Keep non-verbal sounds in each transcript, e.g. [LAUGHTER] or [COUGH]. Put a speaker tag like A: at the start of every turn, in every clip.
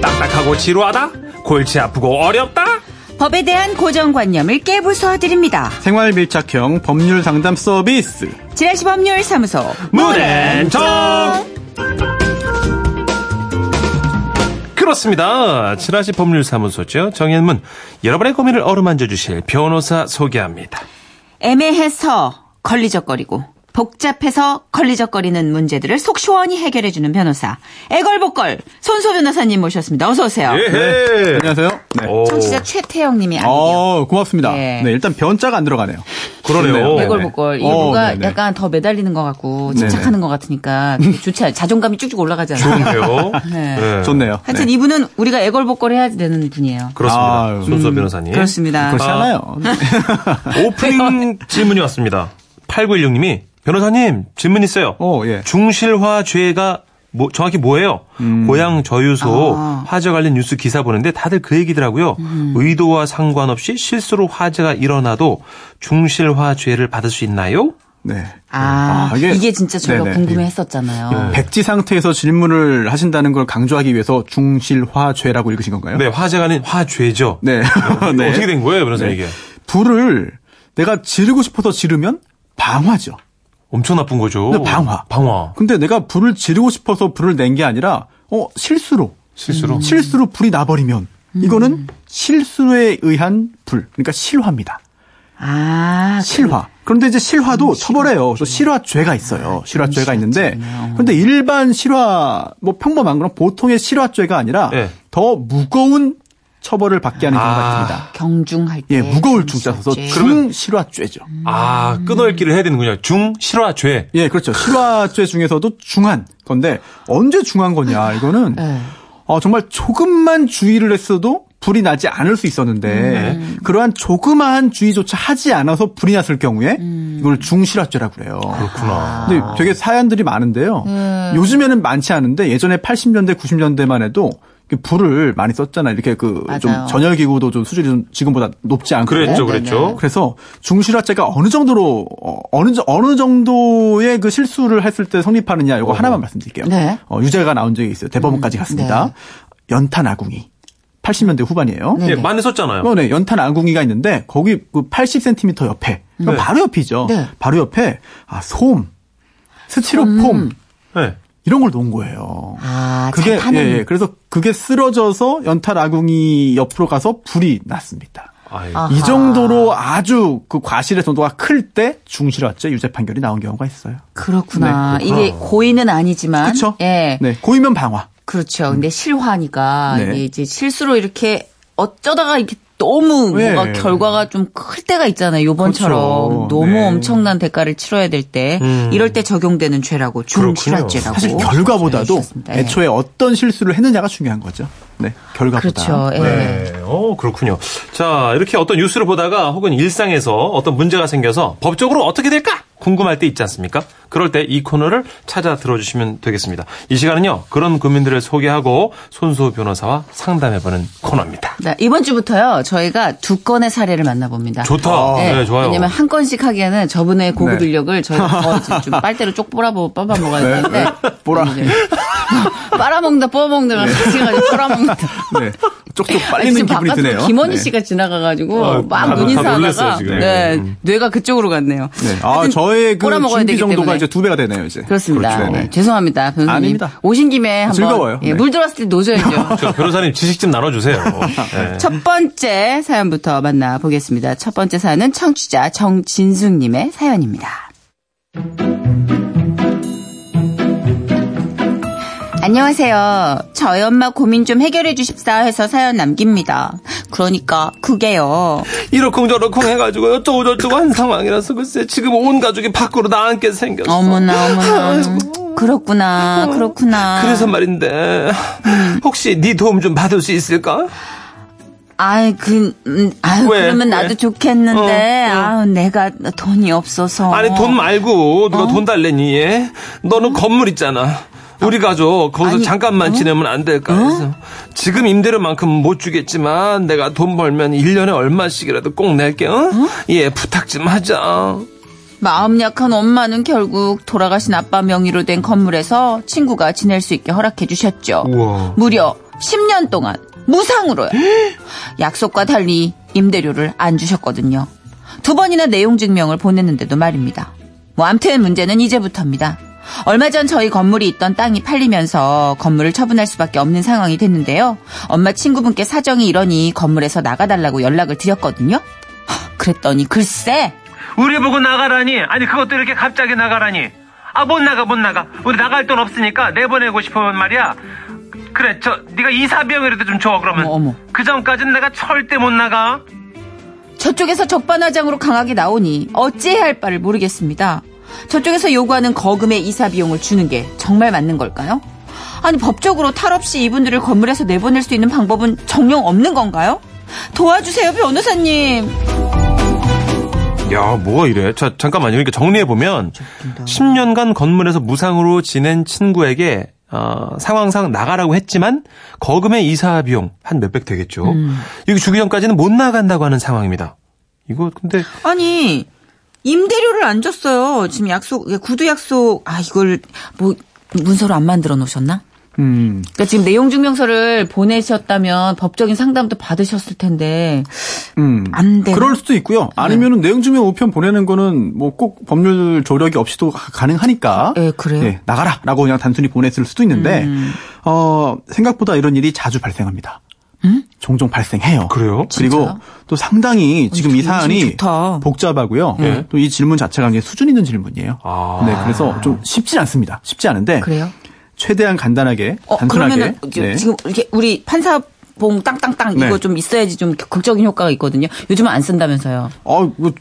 A: 딱딱하고 지루하다? 골치 아프고 어렵다?
B: 법에 대한 고정관념을 깨부숴 드립니다.
C: 생활 밀착형 법률 상담 서비스.
B: 지라시 법률 사무소
A: 무den정 그렇습니다. 지라시 법률사무소죠. 정현문 여러분의 고민을 어루만져 주실 변호사 소개합니다.
B: 애매해서 걸리적거리고 복잡해서 걸리적거리는 문제들을 속 시원히 해결해 주는 변호사 애걸복걸 손소 변호사님 모셨습니다. 어서 오세요.
A: 예헤.
C: 안녕하세요. 네.
A: 오,
B: 청취자 최태영님이 아니요.
C: 어, 고맙습니다.
B: 예.
C: 네, 일단 변자가 안 들어가네요.
A: 그러네요.
C: 네네.
B: 애걸복걸
C: 어,
B: 이거가
C: 네네.
B: 약간 더 매달리는 것 같고 집착하는 것 같으니까 그게 좋지 않아요. 자존감이 쭉쭉 올라가잖아요.
A: 좋네요.
B: 네.
A: 네.
C: 좋네요.
B: 하여튼
C: 네.
B: 이분은 우리가 애걸복걸 해야 되는 분이에요.
A: 그렇습니다.
C: 아유.
A: 손수호 변호사님.
B: 그렇습니다.
C: 그렇지 않아요. 네.
A: 오프닝 질문이 왔습니다. 8916님이 변호사님 질문 있어요.
C: 어, 예.
A: 네. 중실화 죄가 뭐, 정확히 뭐예요? 고향 저유소
B: 아.
A: 화재 관련 뉴스 기사 보는데 다들 그 얘기더라고요. 의도와 상관없이 실수로 화재가 일어나도 중실화 죄를 받을 수 있나요?
C: 네.
B: 아,
C: 아,
B: 이게,
C: 이게-
B: 진짜 저희가
C: 네네.
B: 궁금해했었잖아요.
C: 백지 상태에서 질문을 하신다는 걸 강조하기 위해서 중실화죄라고 읽으신 건가요?
A: 네, 화재가 아닌 화죄죠.
C: 네. [LAUGHS] 네.
A: 어떻게 된 거예요, 변호사님 이게?
C: 불을 내가 지르고 싶어서 지르면 방화죠.
A: 엄청 나쁜 거죠.
C: 근데 방화.
A: 네, 방화.
C: 근데 내가 불을 지르고 싶어서 불을 낸 게 아니라 어 실수로 음.
A: 실수로.
C: 실수로 불이 나버리면 이거는 실수에 의한 불 그러니까 실화입니다.
B: 아,
C: 실화. 그런데 이제 음, 실화도 처벌해요. 그래서 실화죄가 있어요. 실화죄가 있는데 그런데 일반 실화 뭐 평범한 그런 보통의 실화죄가 아니라
A: 예.
C: 더 무거운 처벌을 받게 하는 경우가
A: 아.
C: 있습니다.
B: 경중할 때.
C: 예, 무거울 중자 써서 중실화죄죠.
A: 아, 끊어읽기를 해야 되는군요. 중실화죄.
C: 예, 그렇죠. 실화죄 중에서도 중한 건데 언제 중한 거냐 이거는
B: 네.
C: 어, 정말 조금만 주의를 했어도 불이 나지 않을 수 있었는데
B: 음.
C: 그러한 조그마한 주의조차 하지 않아서 불이 났을 경우에
B: 음.
C: 이걸 중실화죄라고 그래요.
A: 그렇구나.
C: 근데 되게 사연들이 많은데요.
B: 네.
C: 요즘에는 많지 않은데 예전에 80년대, 90년대만 해도 이렇게 불을 많이 썼잖아요. 이렇게 그
B: 맞아요.
C: 좀 전열 기구도 좀 수준이 좀 지금보다 높지 않고 네.
A: 그랬죠, 그랬죠.
C: 그래서 중실화죄가 어느 정도로 어, 어느 정- 어느 정도의 그 실수를 했을 때 성립하느냐 이거 하나만 말씀드릴게요.
B: 네.
C: 어, 유죄가 나온 적이 있어요. 대법원까지 갔습니다.
B: 네.
C: 연탄 아궁이 80년대 후반이에요.
B: 네.
A: 예, 많이 썼잖아요.
C: 어, 네, 연탄 안궁이가 있는데 거기 그 80cm 옆에 그러니까
A: 네.
C: 바로 옆이죠.
B: 네.
C: 바로 옆에 아, 솜, 스티로폼
A: 네.
C: 이런 걸 놓은 거예요.
B: 아,
C: 그게
B: 잘 타는.
C: 예, 예. 그래서 그게 쓰러져서 연탄 아궁이 옆으로 가서 불이 났습니다.
A: 아이,
B: 아.
C: 이
B: 아하.
C: 정도로 아주 그 과실의 정도가 클 때 중실화죄 유죄 판결이 나온 경우가 있어요.
B: 그렇구나. 이게 고의는 아니지만.
C: 네. 아. 그렇죠?
B: 예.
C: 네, 고이면 방화.
B: 그렇죠. 근데 실화니까
C: 네.
B: 이게 이제 실수로 이렇게 어쩌다가 이렇게 너무
C: 예.
B: 뭔가 결과가 좀 클 때가 있잖아요. 요번처럼
C: 그렇죠.
B: 너무
C: 네.
B: 엄청난 대가를 치러야 될 때
A: 음.
B: 이럴 때 적용되는 죄라고 중실화죄라고.
C: 사실 결과보다도
B: 정해졌습니다. 예.
C: 애초에 어떤 실수를 했느냐가 중요한 거죠. 네, 결과보다.
B: 그렇죠. 예.
A: 네. 어, 그렇군요. 자, 이렇게 어떤 뉴스를 보다가 혹은 일상에서 어떤 문제가 생겨서 법적으로 어떻게 될까? 궁금할 때 있지 않습니까? 그럴 때 이 코너를 찾아 들어주시면 되겠습니다. 이 시간은요, 그런 고민들을 소개하고 손수호 변호사와 상담해보는 코너입니다.
B: 네, 이번 주부터요 저희가 두 건의 사례를 만나봅니다.
A: 좋다. 네, 좋아요.
B: 왜냐면 한 건씩 하기에는 저분의 고급
C: 네.
B: 인력을
C: [LAUGHS]
B: 저희가 더 이제 좀 빨대로 쪽 뽑아보, 뽑아먹어야 되는데. 네,
C: 뽑아.
B: 이제 [LAUGHS] 빨아먹는다, 뽑아먹는다, 같이 가지고
C: [LAUGHS]
B: 빨아먹는다.
C: 네,
B: [LAUGHS]
C: 쪽쪽
B: 아니,
C: 빨리는
B: 지금
C: 기분이
B: 바깥으로
C: 드네요.
B: 김원희
C: 네.
B: 씨가 지나가가지고
A: 아,
B: 막
A: 다- 다
B: 눈인사하다가
A: 놀랐어요, 지금.
B: 네,
A: 음.
B: 뇌가 그쪽으로 갔네요.
C: 네. 아,
B: 하여튼
C: 저의 그
B: 뽑아먹어야
C: 준비
B: 되기
C: 정도가
B: 때문에.
C: 이제 두 배가 되네요, 이제.
B: 그렇습니다.
C: 그렇죠.
B: 네, 죄송합니다, 변호사님.
C: 아닙니다.
B: 오신 김에 한번
C: 즐거워요.
B: 예,
C: 네.
B: 물 들어왔을
C: [LAUGHS]
B: 때 노져야죠.
A: [LAUGHS] 저 변호사님 지식 좀 나눠주세요. 네.
B: 첫 번째 사연부터 만나보겠습니다. 첫 번째 사연은 청취자 정진숙님의 사연입니다. 안녕하세요. 저희 엄마 고민 좀 해결해 주십사 해서 사연 남깁니다. 그러니까 그게요.
A: 이러쿵저러쿵 해가지고 어쩌고저쩌고 한 상황이라서 글쎄 지금 온 가족이 밖으로 나앉게 생겼어.
B: 어머나 어머나. 그렇구나 그렇구나.
A: 그래서 말인데 혹시 네 도움 좀 받을 수 있을까?
B: 아이 그 음, 아유
A: 왜?
B: 그러면 나도
A: 왜?
B: 좋겠는데
A: 어, 어.
B: 아유 내가 돈이 없어서. 어?
A: 아니 돈 말고 누가 돈 달래니? 예? 너는 건물 있잖아. 우리 가족 거기서
B: 아니, 어?
A: 잠깐만 지내면 안 될까 해서 지금 임대료만큼 못 주겠지만 내가 돈 벌면 1년에 얼마씩이라도 꼭 낼게 어? 예 부탁 좀 하자
B: 마음 약한 엄마는 결국 돌아가신 아빠 명의로 된 건물에서 친구가 지낼 수 있게 허락해 주셨죠.
A: 우와.
B: 무려 10년 동안 무상으로요. 약속과 달리 임대료를 안 주셨거든요. 두 번이나 내용 증명을 보냈는데도 말입니다. 뭐 암튼 문제는 이제부터입니다. 얼마 전 저희 건물이 있던 땅이 팔리면서 건물을 처분할 수밖에 없는 상황이 됐는데요. 엄마 친구분께 사정이 이러니 건물에서 나가달라고 연락을 드렸거든요. 하, 그랬더니 글쎄
D: 우리 보고 나가라니. 아니 그것도 이렇게 갑자기 나가라니. 아 못 나가 못 나가. 우리 나갈 돈 없으니까 내보내고 싶으면 말이야. 그래 저 네가 이사 비용이라도 좀 줘 그러면.
B: 어머, 어머.
D: 그 전까지는 내가 절대 못 나가.
B: 저쪽에서 적반하장으로 강하게 나오니 어찌해야 할 바를 모르겠습니다. 저쪽에서 요구하는 거금의 이사 비용을 주는 게 정말 맞는 걸까요? 아니 법적으로 탈 없이 이분들을 건물에서 내보낼 수 있는 방법은 정령 없는 건가요? 도와주세요 변호사님.
A: 야, 뭐가 이래? 자, 잠깐만요. 그러니까 정리해보면, 10년간 건물에서 무상으로 지낸 친구에게, 어, 상황상 나가라고 했지만, 거금의 이사 비용, 한 몇백 되겠죠.
B: 음.
A: 여기 주기 전까지는 못 나간다고 하는 상황입니다. 이거, 근데,
B: 아니 임대료를 안 줬어요. 지금 약속 구두 약속 아 이걸 뭐 문서로 안 만들어 놓으셨나?
C: 음.
B: 그러니까 지금 내용 증명서를 보내셨다면 법적인 상담도 받으셨을 텐데
C: 음.
B: 안 되나?
C: 그럴 수도 있고요. 아니면은
B: 네.
C: 내용 증명 우편 보내는 거는 뭐 꼭 법률 조력이 없이도 가- 가능하니까.
B: 예, 그래요? 음.
C: 나가라라고 그냥 단순히 보냈을 수도 있는데 어, 생각보다 이런 일이 자주 발생합니다. 종종 발생해요.
A: 그래요?
C: 그리고
B: 음? 진짜요?
C: 또 상당히 지금 이
B: 되게 요즘
C: 사안이
B: 좋다.
C: 복잡하고요.
A: 예.
C: 또 이 질문 자체가 굉장히 수준 있는 질문이에요.
A: 아.
C: 네, 그래서 좀 쉽진 않습니다. 쉽지 않은데
B: 그래요?
C: 최대한 간단하게
B: 어,
C: 단순하게
B: 그러면은 지-
C: 네.
B: 지금 이렇게 우리 판사 봉 땅땅땅
C: 네.
B: 이거 좀 있어야지 좀 극적인 효과가 있거든요. 요즘은 안 쓴다면서요.
C: 어, 뭐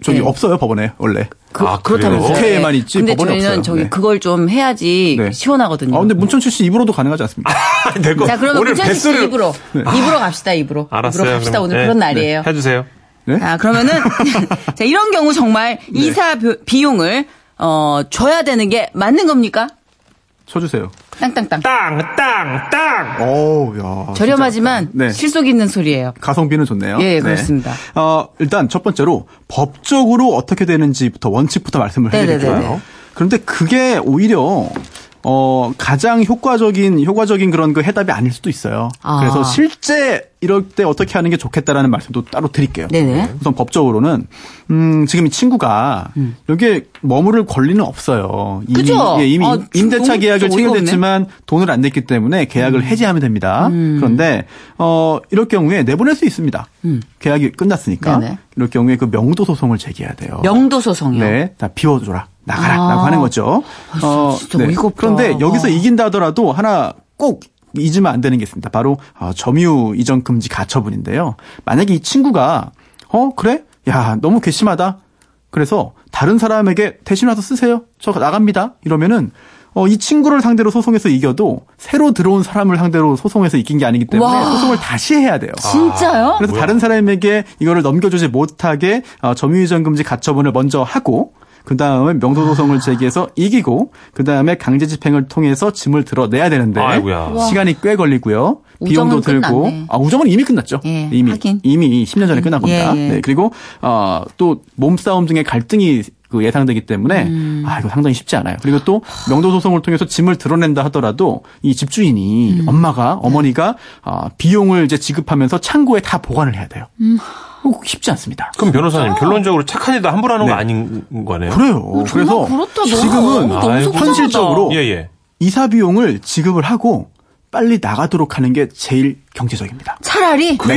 C: 저기
B: 네.
C: 없어요 법원에 원래.
B: 그,
A: 아,
B: 렇다면서요 네.
A: 그래요?
C: 국회에만 있지
B: 근데
C: 법원에
B: 저희는
C: 없어요.
B: 저기
C: 네.
B: 그걸 좀 해야지
C: 네.
B: 시원하거든요.
C: 아 근데 뭐 문천 출씨 입으로도 가능하지 않습니까?
A: 될거
B: 자 그러면 문천식 씨 입으로
C: 네. 아.
B: 입으로 갑시다 입으로
A: 알았어요.
B: 입으로 갑시다
A: 그럼.
B: 오늘
A: 네,
B: 그런 날이에요.
A: 네, 해주세요.
C: 네?
B: 자
C: [LAUGHS]
B: 그러면은 자 이런 경우 정말 이사 비- 비용을 어 줘야 되는 게 맞는 겁니까?
C: 쳐주세요.
B: 땅땅땅
A: 땅, 땅, 땅!
C: 오, 야.
B: 저렴하지만
C: 네.
B: 실속 있는 소리예요.
C: 가성비는 좋네요.
B: 예, 예, 그렇습니다.
C: 어, 일단 첫 번째로 법적으로 어떻게 되는지부터 원칙부터 말씀을
B: 네네네네.
C: 해드릴게요. 그런데 그게 오히려 어 가장 효과적인 효과적인 그런 그 해답이 아닐 수도 있어요.
B: 아.
C: 그래서 실제 이럴 때 어떻게 하는 게 좋겠다라는 말씀도 따로 드릴게요.
B: 네네.
C: 우선 법적으로는 음 지금 이 친구가 여기에 머무를 권리는 없어요. 이미,
B: 음. 그죠?
C: 예, 이미
B: 아,
C: 임- 임대차
B: 너무 어이가
C: 계약을
B: 없네.
C: 체결됐지만 하지만 돈을 안 냈기 때문에
B: 음.
C: 계약을 해지하면 됩니다. 그런데 어 이럴 경우에 내보낼 수 있습니다. 계약이 끝났으니까
B: 음. 네네.
C: 이럴 경우에 그 명도 소송을 제기해야 돼요.
B: 명도 소송이요.
C: 네, 다 비워줘라 나가라라고
B: 아.
C: 하는 거죠. 네.
B: 아, 진짜 어이가 없다.
C: 그런데 여기서
B: 어.
C: 이긴다 하더라도 하나 꼭 잊으면 안 되는 게 있습니다. 바로 어, 점유 이전 금지 가처분인데요. 만약에 이 친구가 어 그래 야 너무 괘씸하다. 그래서 다른 사람에게 대신 와서 쓰세요. 저 나갑니다. 이러면은 어, 이 친구를 상대로 소송해서 이겨도 새로 들어온 사람을 상대로 소송해서 이긴 게 아니기 때문에
B: 와.
C: 소송을 다시 해야 돼요.
B: 진짜요?
C: 그래서 다른 사람에게 이거를 넘겨주지 못하게 어, 점유이전 금지 가처분을 먼저 하고 그 다음에
B: 아.
C: 명도소송을 제기해서 이기고 그 다음에 강제집행을 통해서 짐을 들어내야 되는데
A: 아이고야.
C: 시간이 꽤 걸리고요.
B: 우정은
C: 비용도 들고
B: 끝났네.
C: 아 우정은 이미 끝났죠.
B: 예,
C: 이미
B: 하긴.
C: 이미 10년 전에 끝난 겁니다.
B: 예, 예.
C: 네, 그리고 어, 또 몸싸움 등의 갈등이 그 예상되기 때문에
B: 음.
C: 아 이거 상당히 쉽지 않아요. 그리고 또 명도 소송을 통해서 짐을 드러낸다 하더라도 이 집주인이
B: 음.
C: 엄마가
B: 네.
C: 어머니가 아, 비용을 이제 지급하면서 창고에 다 보관을 해야 돼요.
B: 음.
C: 어, 쉽지 않습니다.
A: 그럼
B: 아.
A: 변호사님, 결론적으로 착한 일도 함부로 하는
C: 네.
A: 거 아닌 거네요.
C: 그래요. 그래서
B: 그렇다, 너무.
C: 지금은
A: 너무 아이고.
B: 속상하다.
C: 현실적으로
A: 예, 예.
C: 이사 비용을 지급을 하고 빨리 나가도록 하는 게 제일 경제적입니다. 네.
B: 차라리
A: 그게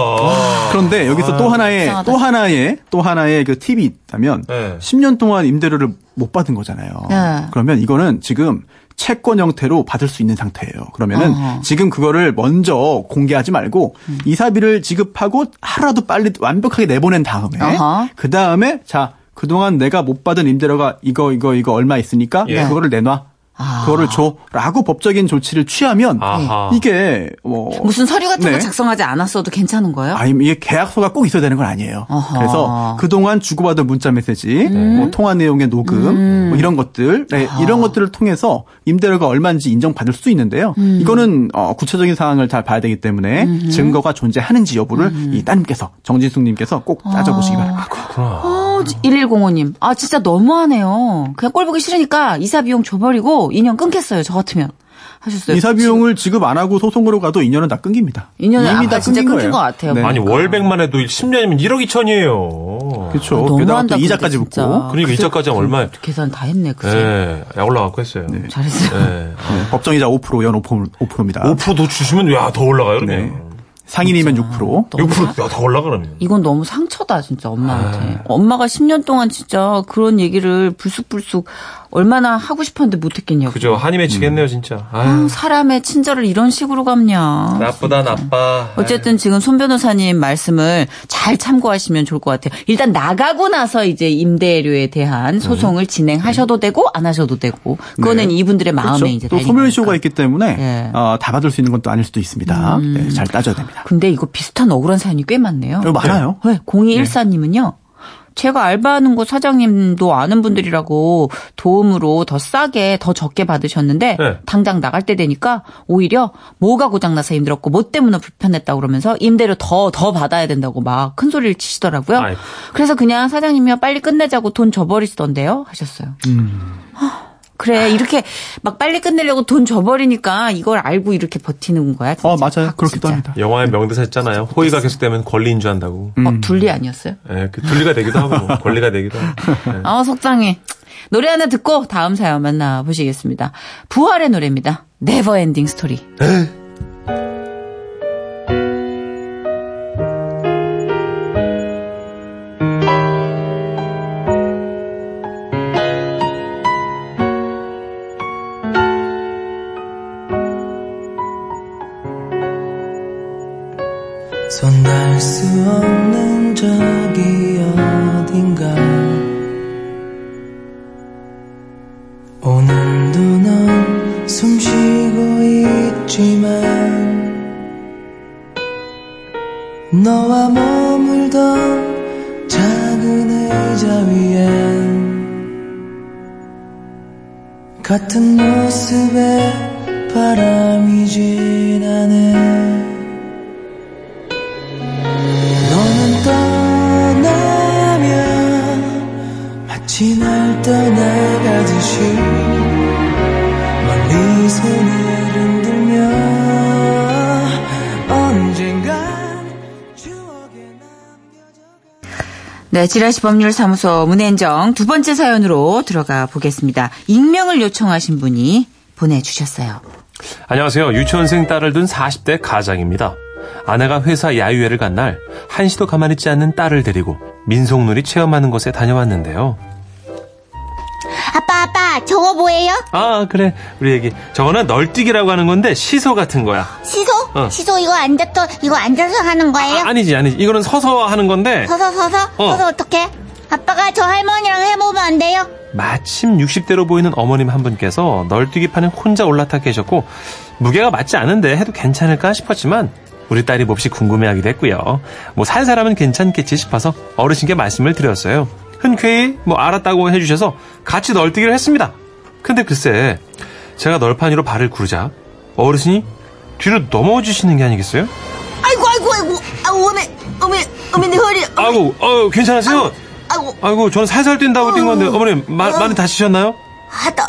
A: 뭐야.
C: 그런데 여기서 또 하나의
B: 이상하다.
C: 또 하나의 또 하나의 그 팁이 있다면
A: 네.
C: 10년 동안 임대료를 못 받은 거잖아요.
B: 네.
C: 그러면 이거는 지금 채권 형태로 받을 수 있는 상태예요. 그러면은
B: 어허. 음.
C: 지금 그거를 먼저 공개하지 말고 이사비를 지급하고 하루라도 빨리 완벽하게 내보낸 다음에
B: 어허.
C: 그 다음에 자 그동안 내가 못 받은 임대료가 이거 이거 이거 얼마 있으니까
A: 예.
C: 그거를 내놔.
B: 아.
C: 그거를 줘라고 법적인 조치를 취하면
A: 아하.
C: 이게 뭐
B: 무슨 서류 같은 거
C: 네.
B: 작성하지 않았어도 괜찮은 거예요?
C: 아니 이게 계약서가 꼭 있어야 되는 건 아니에요.
B: 어허. 네.
C: 그래서 그동안 주고받은 문자 메시지, 뭐 통화 내용의 녹음, 뭐 이런 것들, 네, 이런 것들을 통해서 임대료가 얼마인지 인정받을 수 있는데요.
B: 음.
C: 이거는 어, 구체적인 사항을 잘 봐야 되기 때문에 증거가 존재하는지 여부를
B: 음.
C: 이 따님께서 정진숙님께서 꼭
B: 아.
C: 따져보시기 바랍니다.
A: 그렇구나.
B: 어, 1105님. 아, 진짜 너무하네요. 그냥 꼴 보기 싫으니까 이사 비용 줘버리고 바로 인연 끊겠어요. 저 같으면 하셨어요.
C: 이사 비용을 지급 안 하고 소송으로 가도 인연은 다 끊깁니다.
B: 네, 인연은 아마 진짜 끊긴 것 같아요.
C: 네.
A: 아니
B: 그러니까.
A: 월백만 해도 10년이면 1억 2천이에요.
C: 그렇죠.
B: 아,
C: 게다가
B: 너무한다,
C: 또
B: 근데
C: 이자까지
B: 진짜.
C: 붙고
A: 그러니까 이자까지 하면 얼마예요?
B: 지금 계산 다 했네.
A: 예,
B: 그죠?
A: 올라갖고 했어요.
B: 잘했어요.
A: 예.
C: 네, 법정이자 5%, 연 5%, 입니다
A: 5%더 주시면 야 더 올라가요,
B: 네.
A: 그러면.
C: 상인이면 6%.
B: 너무
A: 6%야 더 올라가 그러면.
B: 이건 너무 상처다 진짜 엄마한테.
C: 네.
B: 엄마가 10년 동안 진짜 그런 얘기를 불쑥불쑥 얼마나 하고 싶었는데 못했겠냐고.
A: 그죠. 한이 맺히겠네요, 진짜.
B: 아,
A: 아유,
B: 사람의 친절을 이런 식으로
C: 아,
B: 갚냐.
A: 나쁘다 나빠.
C: 네.
B: 어쨌든 지금 손 변호사님 말씀을 잘 참고하시면 좋을 것 같아요. 일단 나가고 나서 이제 임대료에 대한 소송을 진행하셔도 되고 안 하셔도 되고 그거는
C: 네.
B: 이분들의 마음에
C: 그렇죠.
B: 이제
C: 또
B: 달린
C: 소멸시효가
B: 거니까.
C: 있기 때문에
B: 예. 음.
C: 어, 다 받을 수 있는 건 또 아닐 수도 있습니다. 네, 잘 따져야 됩니다.
B: 근데 이거 비슷한 억울한 사연이 꽤 많네요.
C: 이거 많아요.
B: 네, 0214님은요. 제가 알바하는 곳 사장님도 아는 분들이라고 도움으로 더 싸게 더 적게 받으셨는데
A: 네.
B: 당장 나갈 때 되니까 오히려 뭐가 고장나서 힘들었고 뭐 때문에 불편했다 고 그러면서 임대료 더 더 받아야 된다고 막 큰 소리를 치시더라고요.
A: 아이고.
B: 그래서 그냥 사장님이요 빨리 끝내자고 돈 줘버리시던데요 하셨어요.
C: 음.
B: 하, 그래 이렇게 막 빨리 끝내려고 돈 줘버리니까 이걸 알고 이렇게 버티는 거야. 진짜.
C: 어, 맞아요.
B: 아,
C: 그렇기도
B: 진짜.
C: 합니다.
A: 영화의 명대사 했잖아요. 호의가 계속되면 권리인 줄 안다고.
B: 어, 둘리 아니었어요?
A: 예, 그 둘리가 되기도 하고 권리가 되기도 하고. 예.
B: 아, 속상해. 노래 하나 듣고 다음 사연 만나보시겠습니다. 부활의 노래입니다. 네버엔딩 스토리.
E: 손닿을 수 없는 저기 어딘가 오늘도 넌 숨 쉬고 있지만 너와 머물던 작은 의자 위엔 같은 모습에 바람이 지나네 너는 떠나면 마치 날 떠나가듯이 멀리 손을 흔들며 언젠간 추억에 남겨져
B: 네, 지라시 법률사무소 문앤정 두 번째 사연으로 들어가 보겠습니다. 익명을 요청하신 분이 보내주셨어요.
A: 안녕하세요. 유치원생 딸을 둔 40대 가장입니다. 아내가 회사 야유회를 간 날 한시도 가만히 있지 않는 딸을 데리고 민속놀이 체험하는 곳에 다녀왔는데요.
F: 아빠, 아빠, 저거 뭐예요?
A: 아 그래 우리 애기 저거는 널뛰기라고 하는 건데 시소 같은 거야.
F: 시소?
A: 어.
F: 시소 이거 앉아서, 이거 앉아서 하는 거예요?
A: 아, 니지 아니지 이거는 서서 하는 건데
F: 서서, 서서?
A: 어.
F: 서서 어떡해? 아빠가 저 할머니랑 해보면 안 돼요?
A: 마침 60대로 보이는 어머님 한 분께서 널뛰기판에 혼자 올라타 계셨고 무게가 맞지 않은데 해도 괜찮을까 싶었지만 우리 딸이 몹시 궁금해하기도 했고요. 뭐 산 사람은 괜찮겠지 싶어서 어르신께 말씀을 드렸어요. 흔쾌히 뭐 알았다고 해주셔서 같이 널뛰기를 했습니다. 근데 글쎄 제가 널판이로 발을 구르자 어르신이 뒤로 넘어지시는 게 아니겠어요?
F: 아이고, 아이고, 아이고. 아, 어메, 어메, 어메, 내 허리.
A: 아이고 어 괜찮으세요?
F: 아이고,
A: 아이고 저는 살살 뛴다고 뛴 건데 어머님 마- 많이 다치셨나요?
F: 하다. 아,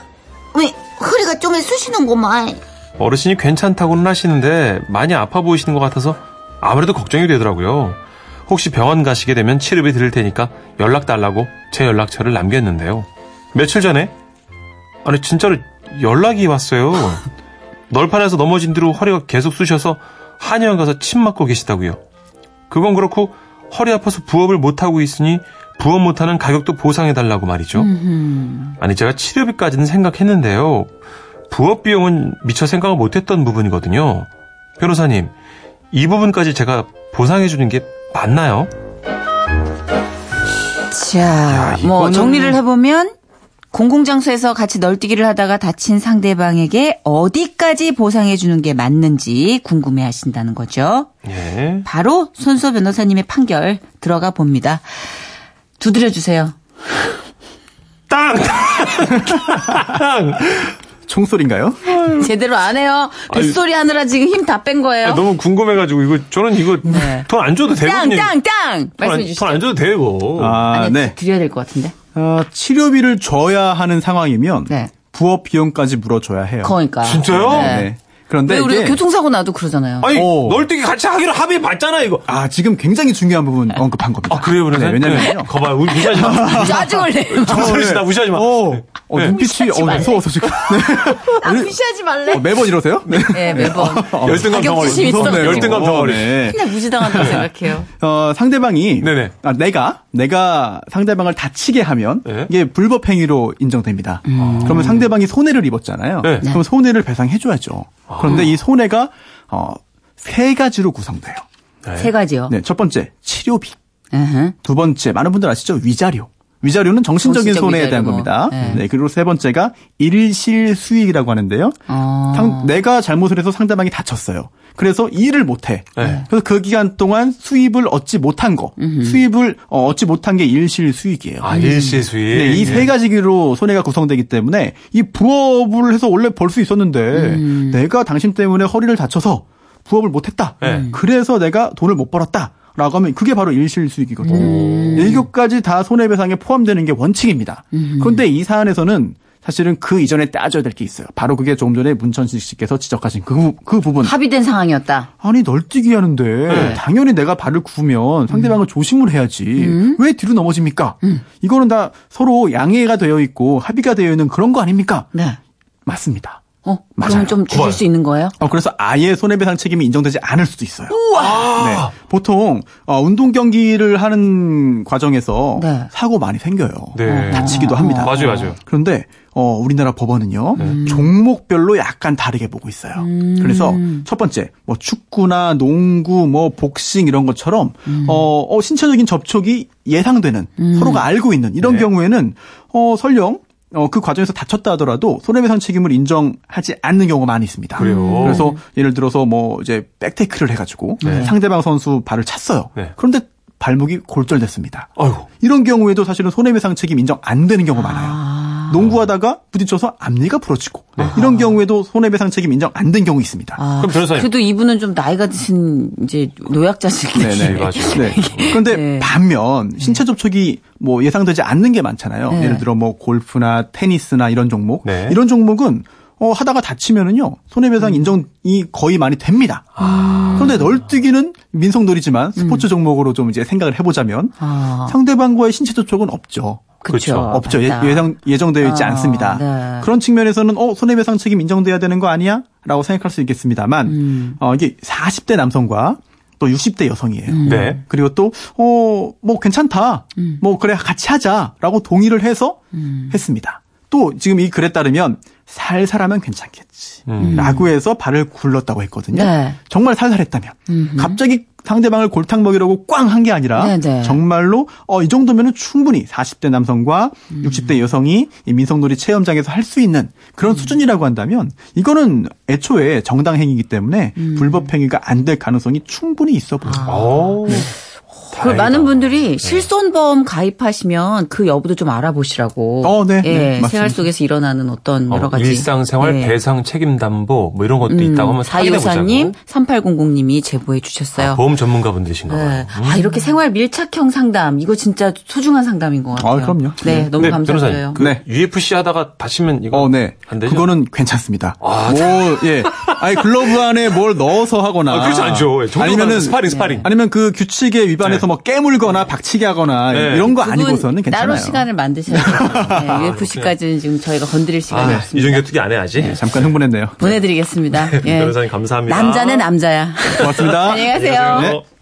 F: 어메, 허리가 좀에 쑤시는구만.
A: 어르신이 괜찮다고는 하시는데 많이 아파 보이시는 것 같아서 아무래도 걱정이 되더라고요. 혹시 병원 가시게 되면 치료비 드릴 테니까 연락 달라고 제 연락처를 남겼는데요. 며칠 전에 아니 진짜로 연락이 왔어요. 널판에서 넘어진 뒤로 허리가 계속 쑤셔서 한의원 가서 침 맞고 계시다고요. 그건 그렇고 허리 아파서 부업을 못 하고 있으니 부업 못 하는 가격도 보상해 달라고 말이죠. 아니 제가 치료비까지는 생각했는데요. 부업 비용은 미처 생각을 못했던 부분이거든요. 변호사님, 이 부분까지 제가 보상해 주는 게 맞나요?
B: 자, 뭐
C: 이거는-
B: 정리를 해보면 공공장소에서 같이 널뛰기를 하다가 다친 상대방에게 어디까지 보상해주는 게 맞는지 궁금해하신다는 거죠.
A: 예.
B: 바로 손소 변호사님의 판결 들어가 봅니다. 두드려 주세요.
A: 땅!
B: 예.
C: 총소리인가요?
B: 제대로 안 해요. 뱃소리 하느라 지금 힘 다 뺀 거예요.
A: 아, 너무 궁금해가지고, 이거, 저는 이거,
B: 네.
A: 돈 안 줘도 되고,
B: 땅,
A: 그냥.
B: 땅, 땅! 말씀해 주시죠.
A: 돈안 줘도 되고.
C: 아,
B: 아니,
C: 네.
B: 드려야 될 것 같은데.
C: 아, 치료비를 줘야 하는 상황이면
B: 네.
C: 부업 비용까지 물어줘야 해요.
B: 그러니까.
A: 진짜요?
C: 네. 그런데
B: 왜 우리가
C: 이게
B: 교통사고 나도 그러잖아요.
A: 아니
C: 오.
A: 널뛰기 같이 하기로 합의 봤잖아 이거.
C: 아 지금 굉장히 중요한 부분 언급한 겁니다.
A: 아 그래요, 그래요.
C: 네, 왜냐면요.
A: 거봐요, 우리 무시하지 마.
B: 짜증을 내.
A: 정선희 다 무시하지 마. 네.
C: 어, 어, 눈빛이
B: 무시하지
C: 어,
B: 말래.
C: 무서워서 지금. 네.
B: [LAUGHS] 아, 무시하지 말래.
C: 어, 매번 이러세요? 네.
B: 네, 매번.
A: [LAUGHS] 열등감 덩어리.
B: 자격지심이
A: 무섭네요.
B: 있어가지고.
A: 열등감 덩어리.
C: 네.
B: 맨날 무시당한다고 생각해요.
C: 어, 상대방이
A: 네네.
C: 아, 내가 내가 상대방을 다치게 하면
A: 네.
C: 이게 불법 행위로 인정됩니다. 그러면 상대방이 손해를 입었잖아요.
A: 네. 아.
C: 그럼 손해를 배상해줘야죠. 그런데 이 손해가 어, 세 가지로 구성돼요.
B: 세 가지요.
C: 네, 첫 번째 치료비,
B: 으흠.
C: 두 번째 많은 분들 아시죠 위자료. 위자료는 정신적인
B: 정신적
C: 손해에
B: 위자료.
C: 대한 겁니다.
B: 네.
C: 네. 그리고 세 번째가 일실 수익이라고 하는데요.
B: 어.
C: 상- 내가 잘못을 해서 상대방이 다쳤어요. 그래서 일을 못해.
A: 네.
C: 그래서 그 기간 동안 수입을 얻지 못한 거, 수입을 어, 얻지 못한 게 일실 수익이에요.
A: 아 일시수익.
C: 네, 이 세 가지로 손해가 구성되기 때문에 이 부업을 해서 원래 벌 수 있었는데 내가 당신 때문에 허리를 다쳐서 부업을 못했다.
A: 네.
C: 그래서 내가 돈을 못 벌었다. 라고 하면 그게 바로 일실 수익이거든요. 일교까지 다 손해배상에 포함되는 게 원칙입니다. 그런데 이 사안에서는 사실은 그 이전에 따져야 될 게 있어요. 바로 그게 조금 전에 문천식 씨께서 지적하신 그, 부- 그 부분.
B: 합의된 상황이었다.
C: 아니 널뛰기 하는데 당연히 내가 발을 구우면 상대방을 조심을 해야지 왜 뒤로 넘어집니까? 이거는 다 서로 양해가 되어 있고 합의가 되어 있는 그런 거 아닙니까?
B: 네.
C: 맞습니다.
B: 어, 그럼
C: 맞아요.
B: 좀 줄일
A: 고마워요.
B: 수 있는 거예요?
C: 어, 그래서 아예 손해배상 책임이 인정되지 않을 수도 있어요. 네, 보통 어, 운동 경기를 하는 과정에서
B: 네.
C: 사고 많이 생겨요.
A: 네.
C: 다치기도 합니다.
A: 맞아요, 맞아요. 네. 음.
C: 그런데 어, 우리나라 법원은요 종목별로 약간 다르게 보고 있어요. 그래서 첫 번째 뭐 축구나 농구, 뭐 복싱 이런 것처럼 어, 어, 신체적인 접촉이 예상되는 서로가 알고 있는 이런
A: 네.
C: 경우에는 어, 설령 어, 그 과정에서 다쳤다 하더라도 손해배상 책임을 인정하지 않는 경우가 많이 있습니다. 음.
A: 그래요?
C: 그래서 예를 들어서 뭐 이제 백테크를 해가지고 상대방 선수 발을 찼어요.
A: 네.
C: 그런데 발목이 골절됐습니다.
A: 아이고.
C: 이런 경우에도 사실은 손해배상 책임 인정 안 되는 경우가 많아요. 농구하다가 부딪혀서 앞니가 부러지고 네, 이런 경우에도 손해배상 책임 인정 안 된 경우 있습니다.
B: 아,
A: 그럼 변호사님.
B: 그래도 이분은 좀 나이가 드신 이제 노약자식
C: 네네.
A: 맞아요.
B: [LAUGHS]
C: 네. 그런데
B: 네.
C: 반면 신체 접촉이 뭐 예상되지 않는 게 많잖아요.
B: 네.
C: 예를 들어 뭐 골프나 테니스나 이런 종목
A: 네.
C: 이런 종목은 어, 하다가 다치면은요
B: 음.
C: 손해배상 인정이 거의 많이 됩니다.
B: 아.
C: 그런데 널뛰기는 민속놀이지만 스포츠 종목으로 좀 이제 생각을 해보자면
B: 음. 아.
C: 상대방과의 신체 접촉은 없죠.
B: 그렇죠.
A: 그렇죠.
C: 없죠. 예,
B: 맞다.
C: 예정, 예정되어 있지
B: 아,
C: 않습니다.
B: 네.
C: 그런 측면에서는 어 손해배상 책임 인정돼야 되는 거 아니야? 라고 생각할 수 있겠습니다만
B: 음.
C: 어, 이게 40대 남성과 또 60대 여성이에요.
B: 음.
A: 네.
C: 그리고 또, 어, 뭐 괜찮다. 뭐 그래, 같이 하자라고 동의를 해서
B: 음.
C: 했습니다. 또 지금 이 글에 따르면 살살하면 괜찮겠지. 라고 해서 발을 굴렀다고 했거든요.
B: 네.
C: 정말 살살했다면. 갑자기 상대방을 골탕 먹이려고 꽝 한 게 아니라
B: 네, 네.
C: 정말로 어, 이 정도면은 충분히 40대 남성과
B: 음.
C: 60대 여성이 이 민속놀이 체험장에서 할 수 있는
B: 음.
C: 그런 수준이라고 한다면 이거는 애초에 정당 행위이기 때문에
B: 음.
C: 불법 행위가 안 될 가능성이 충분히 있어 보입니다.
B: 아.
A: 어.
B: 그 많은 분들이 실손보험 가입하시면 그 여부도 좀 알아보시라고.
C: 어, 네,
B: 예,
C: 네, 맞습니다.
B: 생활 속에서 일어나는 어떤 음, 여러
A: 어,
B: 가지
A: 일상생활
B: 예. 음,
A: 배상 책임 담보 뭐 이런 것도 있다고 하면 확인해 보자고.
B: 사유사님, 3800님이 제보해 주셨어요.
A: 아, 보험 전문가분들이신가 봐요.
B: 네. 아, 이렇게 생활 밀착형 상담. 이거 진짜 소중한 상담인 것 같아요.
C: 아, 그럼요.
B: 네, 너무
A: 네, 변호사님.
B: 감사드려요.
A: 그
C: 네.
A: UFC 하다가 다치면 이거
C: 어, 네.
A: 안 되죠?
C: 그거는 괜찮습니다.
A: 아,
C: 뭐, 예. 아니, 글러브 안에 뭘 넣어서 하거나.
A: 아, 그렇지 않죠. 예, 정도는
C: 아니면은,
A: 스파링, 스파링.
C: 아니면 그 규칙에 위반해서
A: 네.
C: 뭐 깨물거나 박치기 하거나
A: 네.
C: 이런 거
B: 그분
C: 아니고서는 괜찮아요.
B: 따로 시간을 만드셔야 돼요. 네, UFC까지는 지금 저희가 건드릴 시간이
A: 아,
B: 없습니다.
A: 이종규 특이 안 해야지.
C: 네, 잠깐 흥분했네요.
B: 보내드리겠습니다. 예.
A: 변호사님 감사합니다.
B: 남자는 남자야. [LAUGHS]
C: 고맙습니다.
B: 안녕히 가세요.
A: 안녕히 계세요.
C: 네.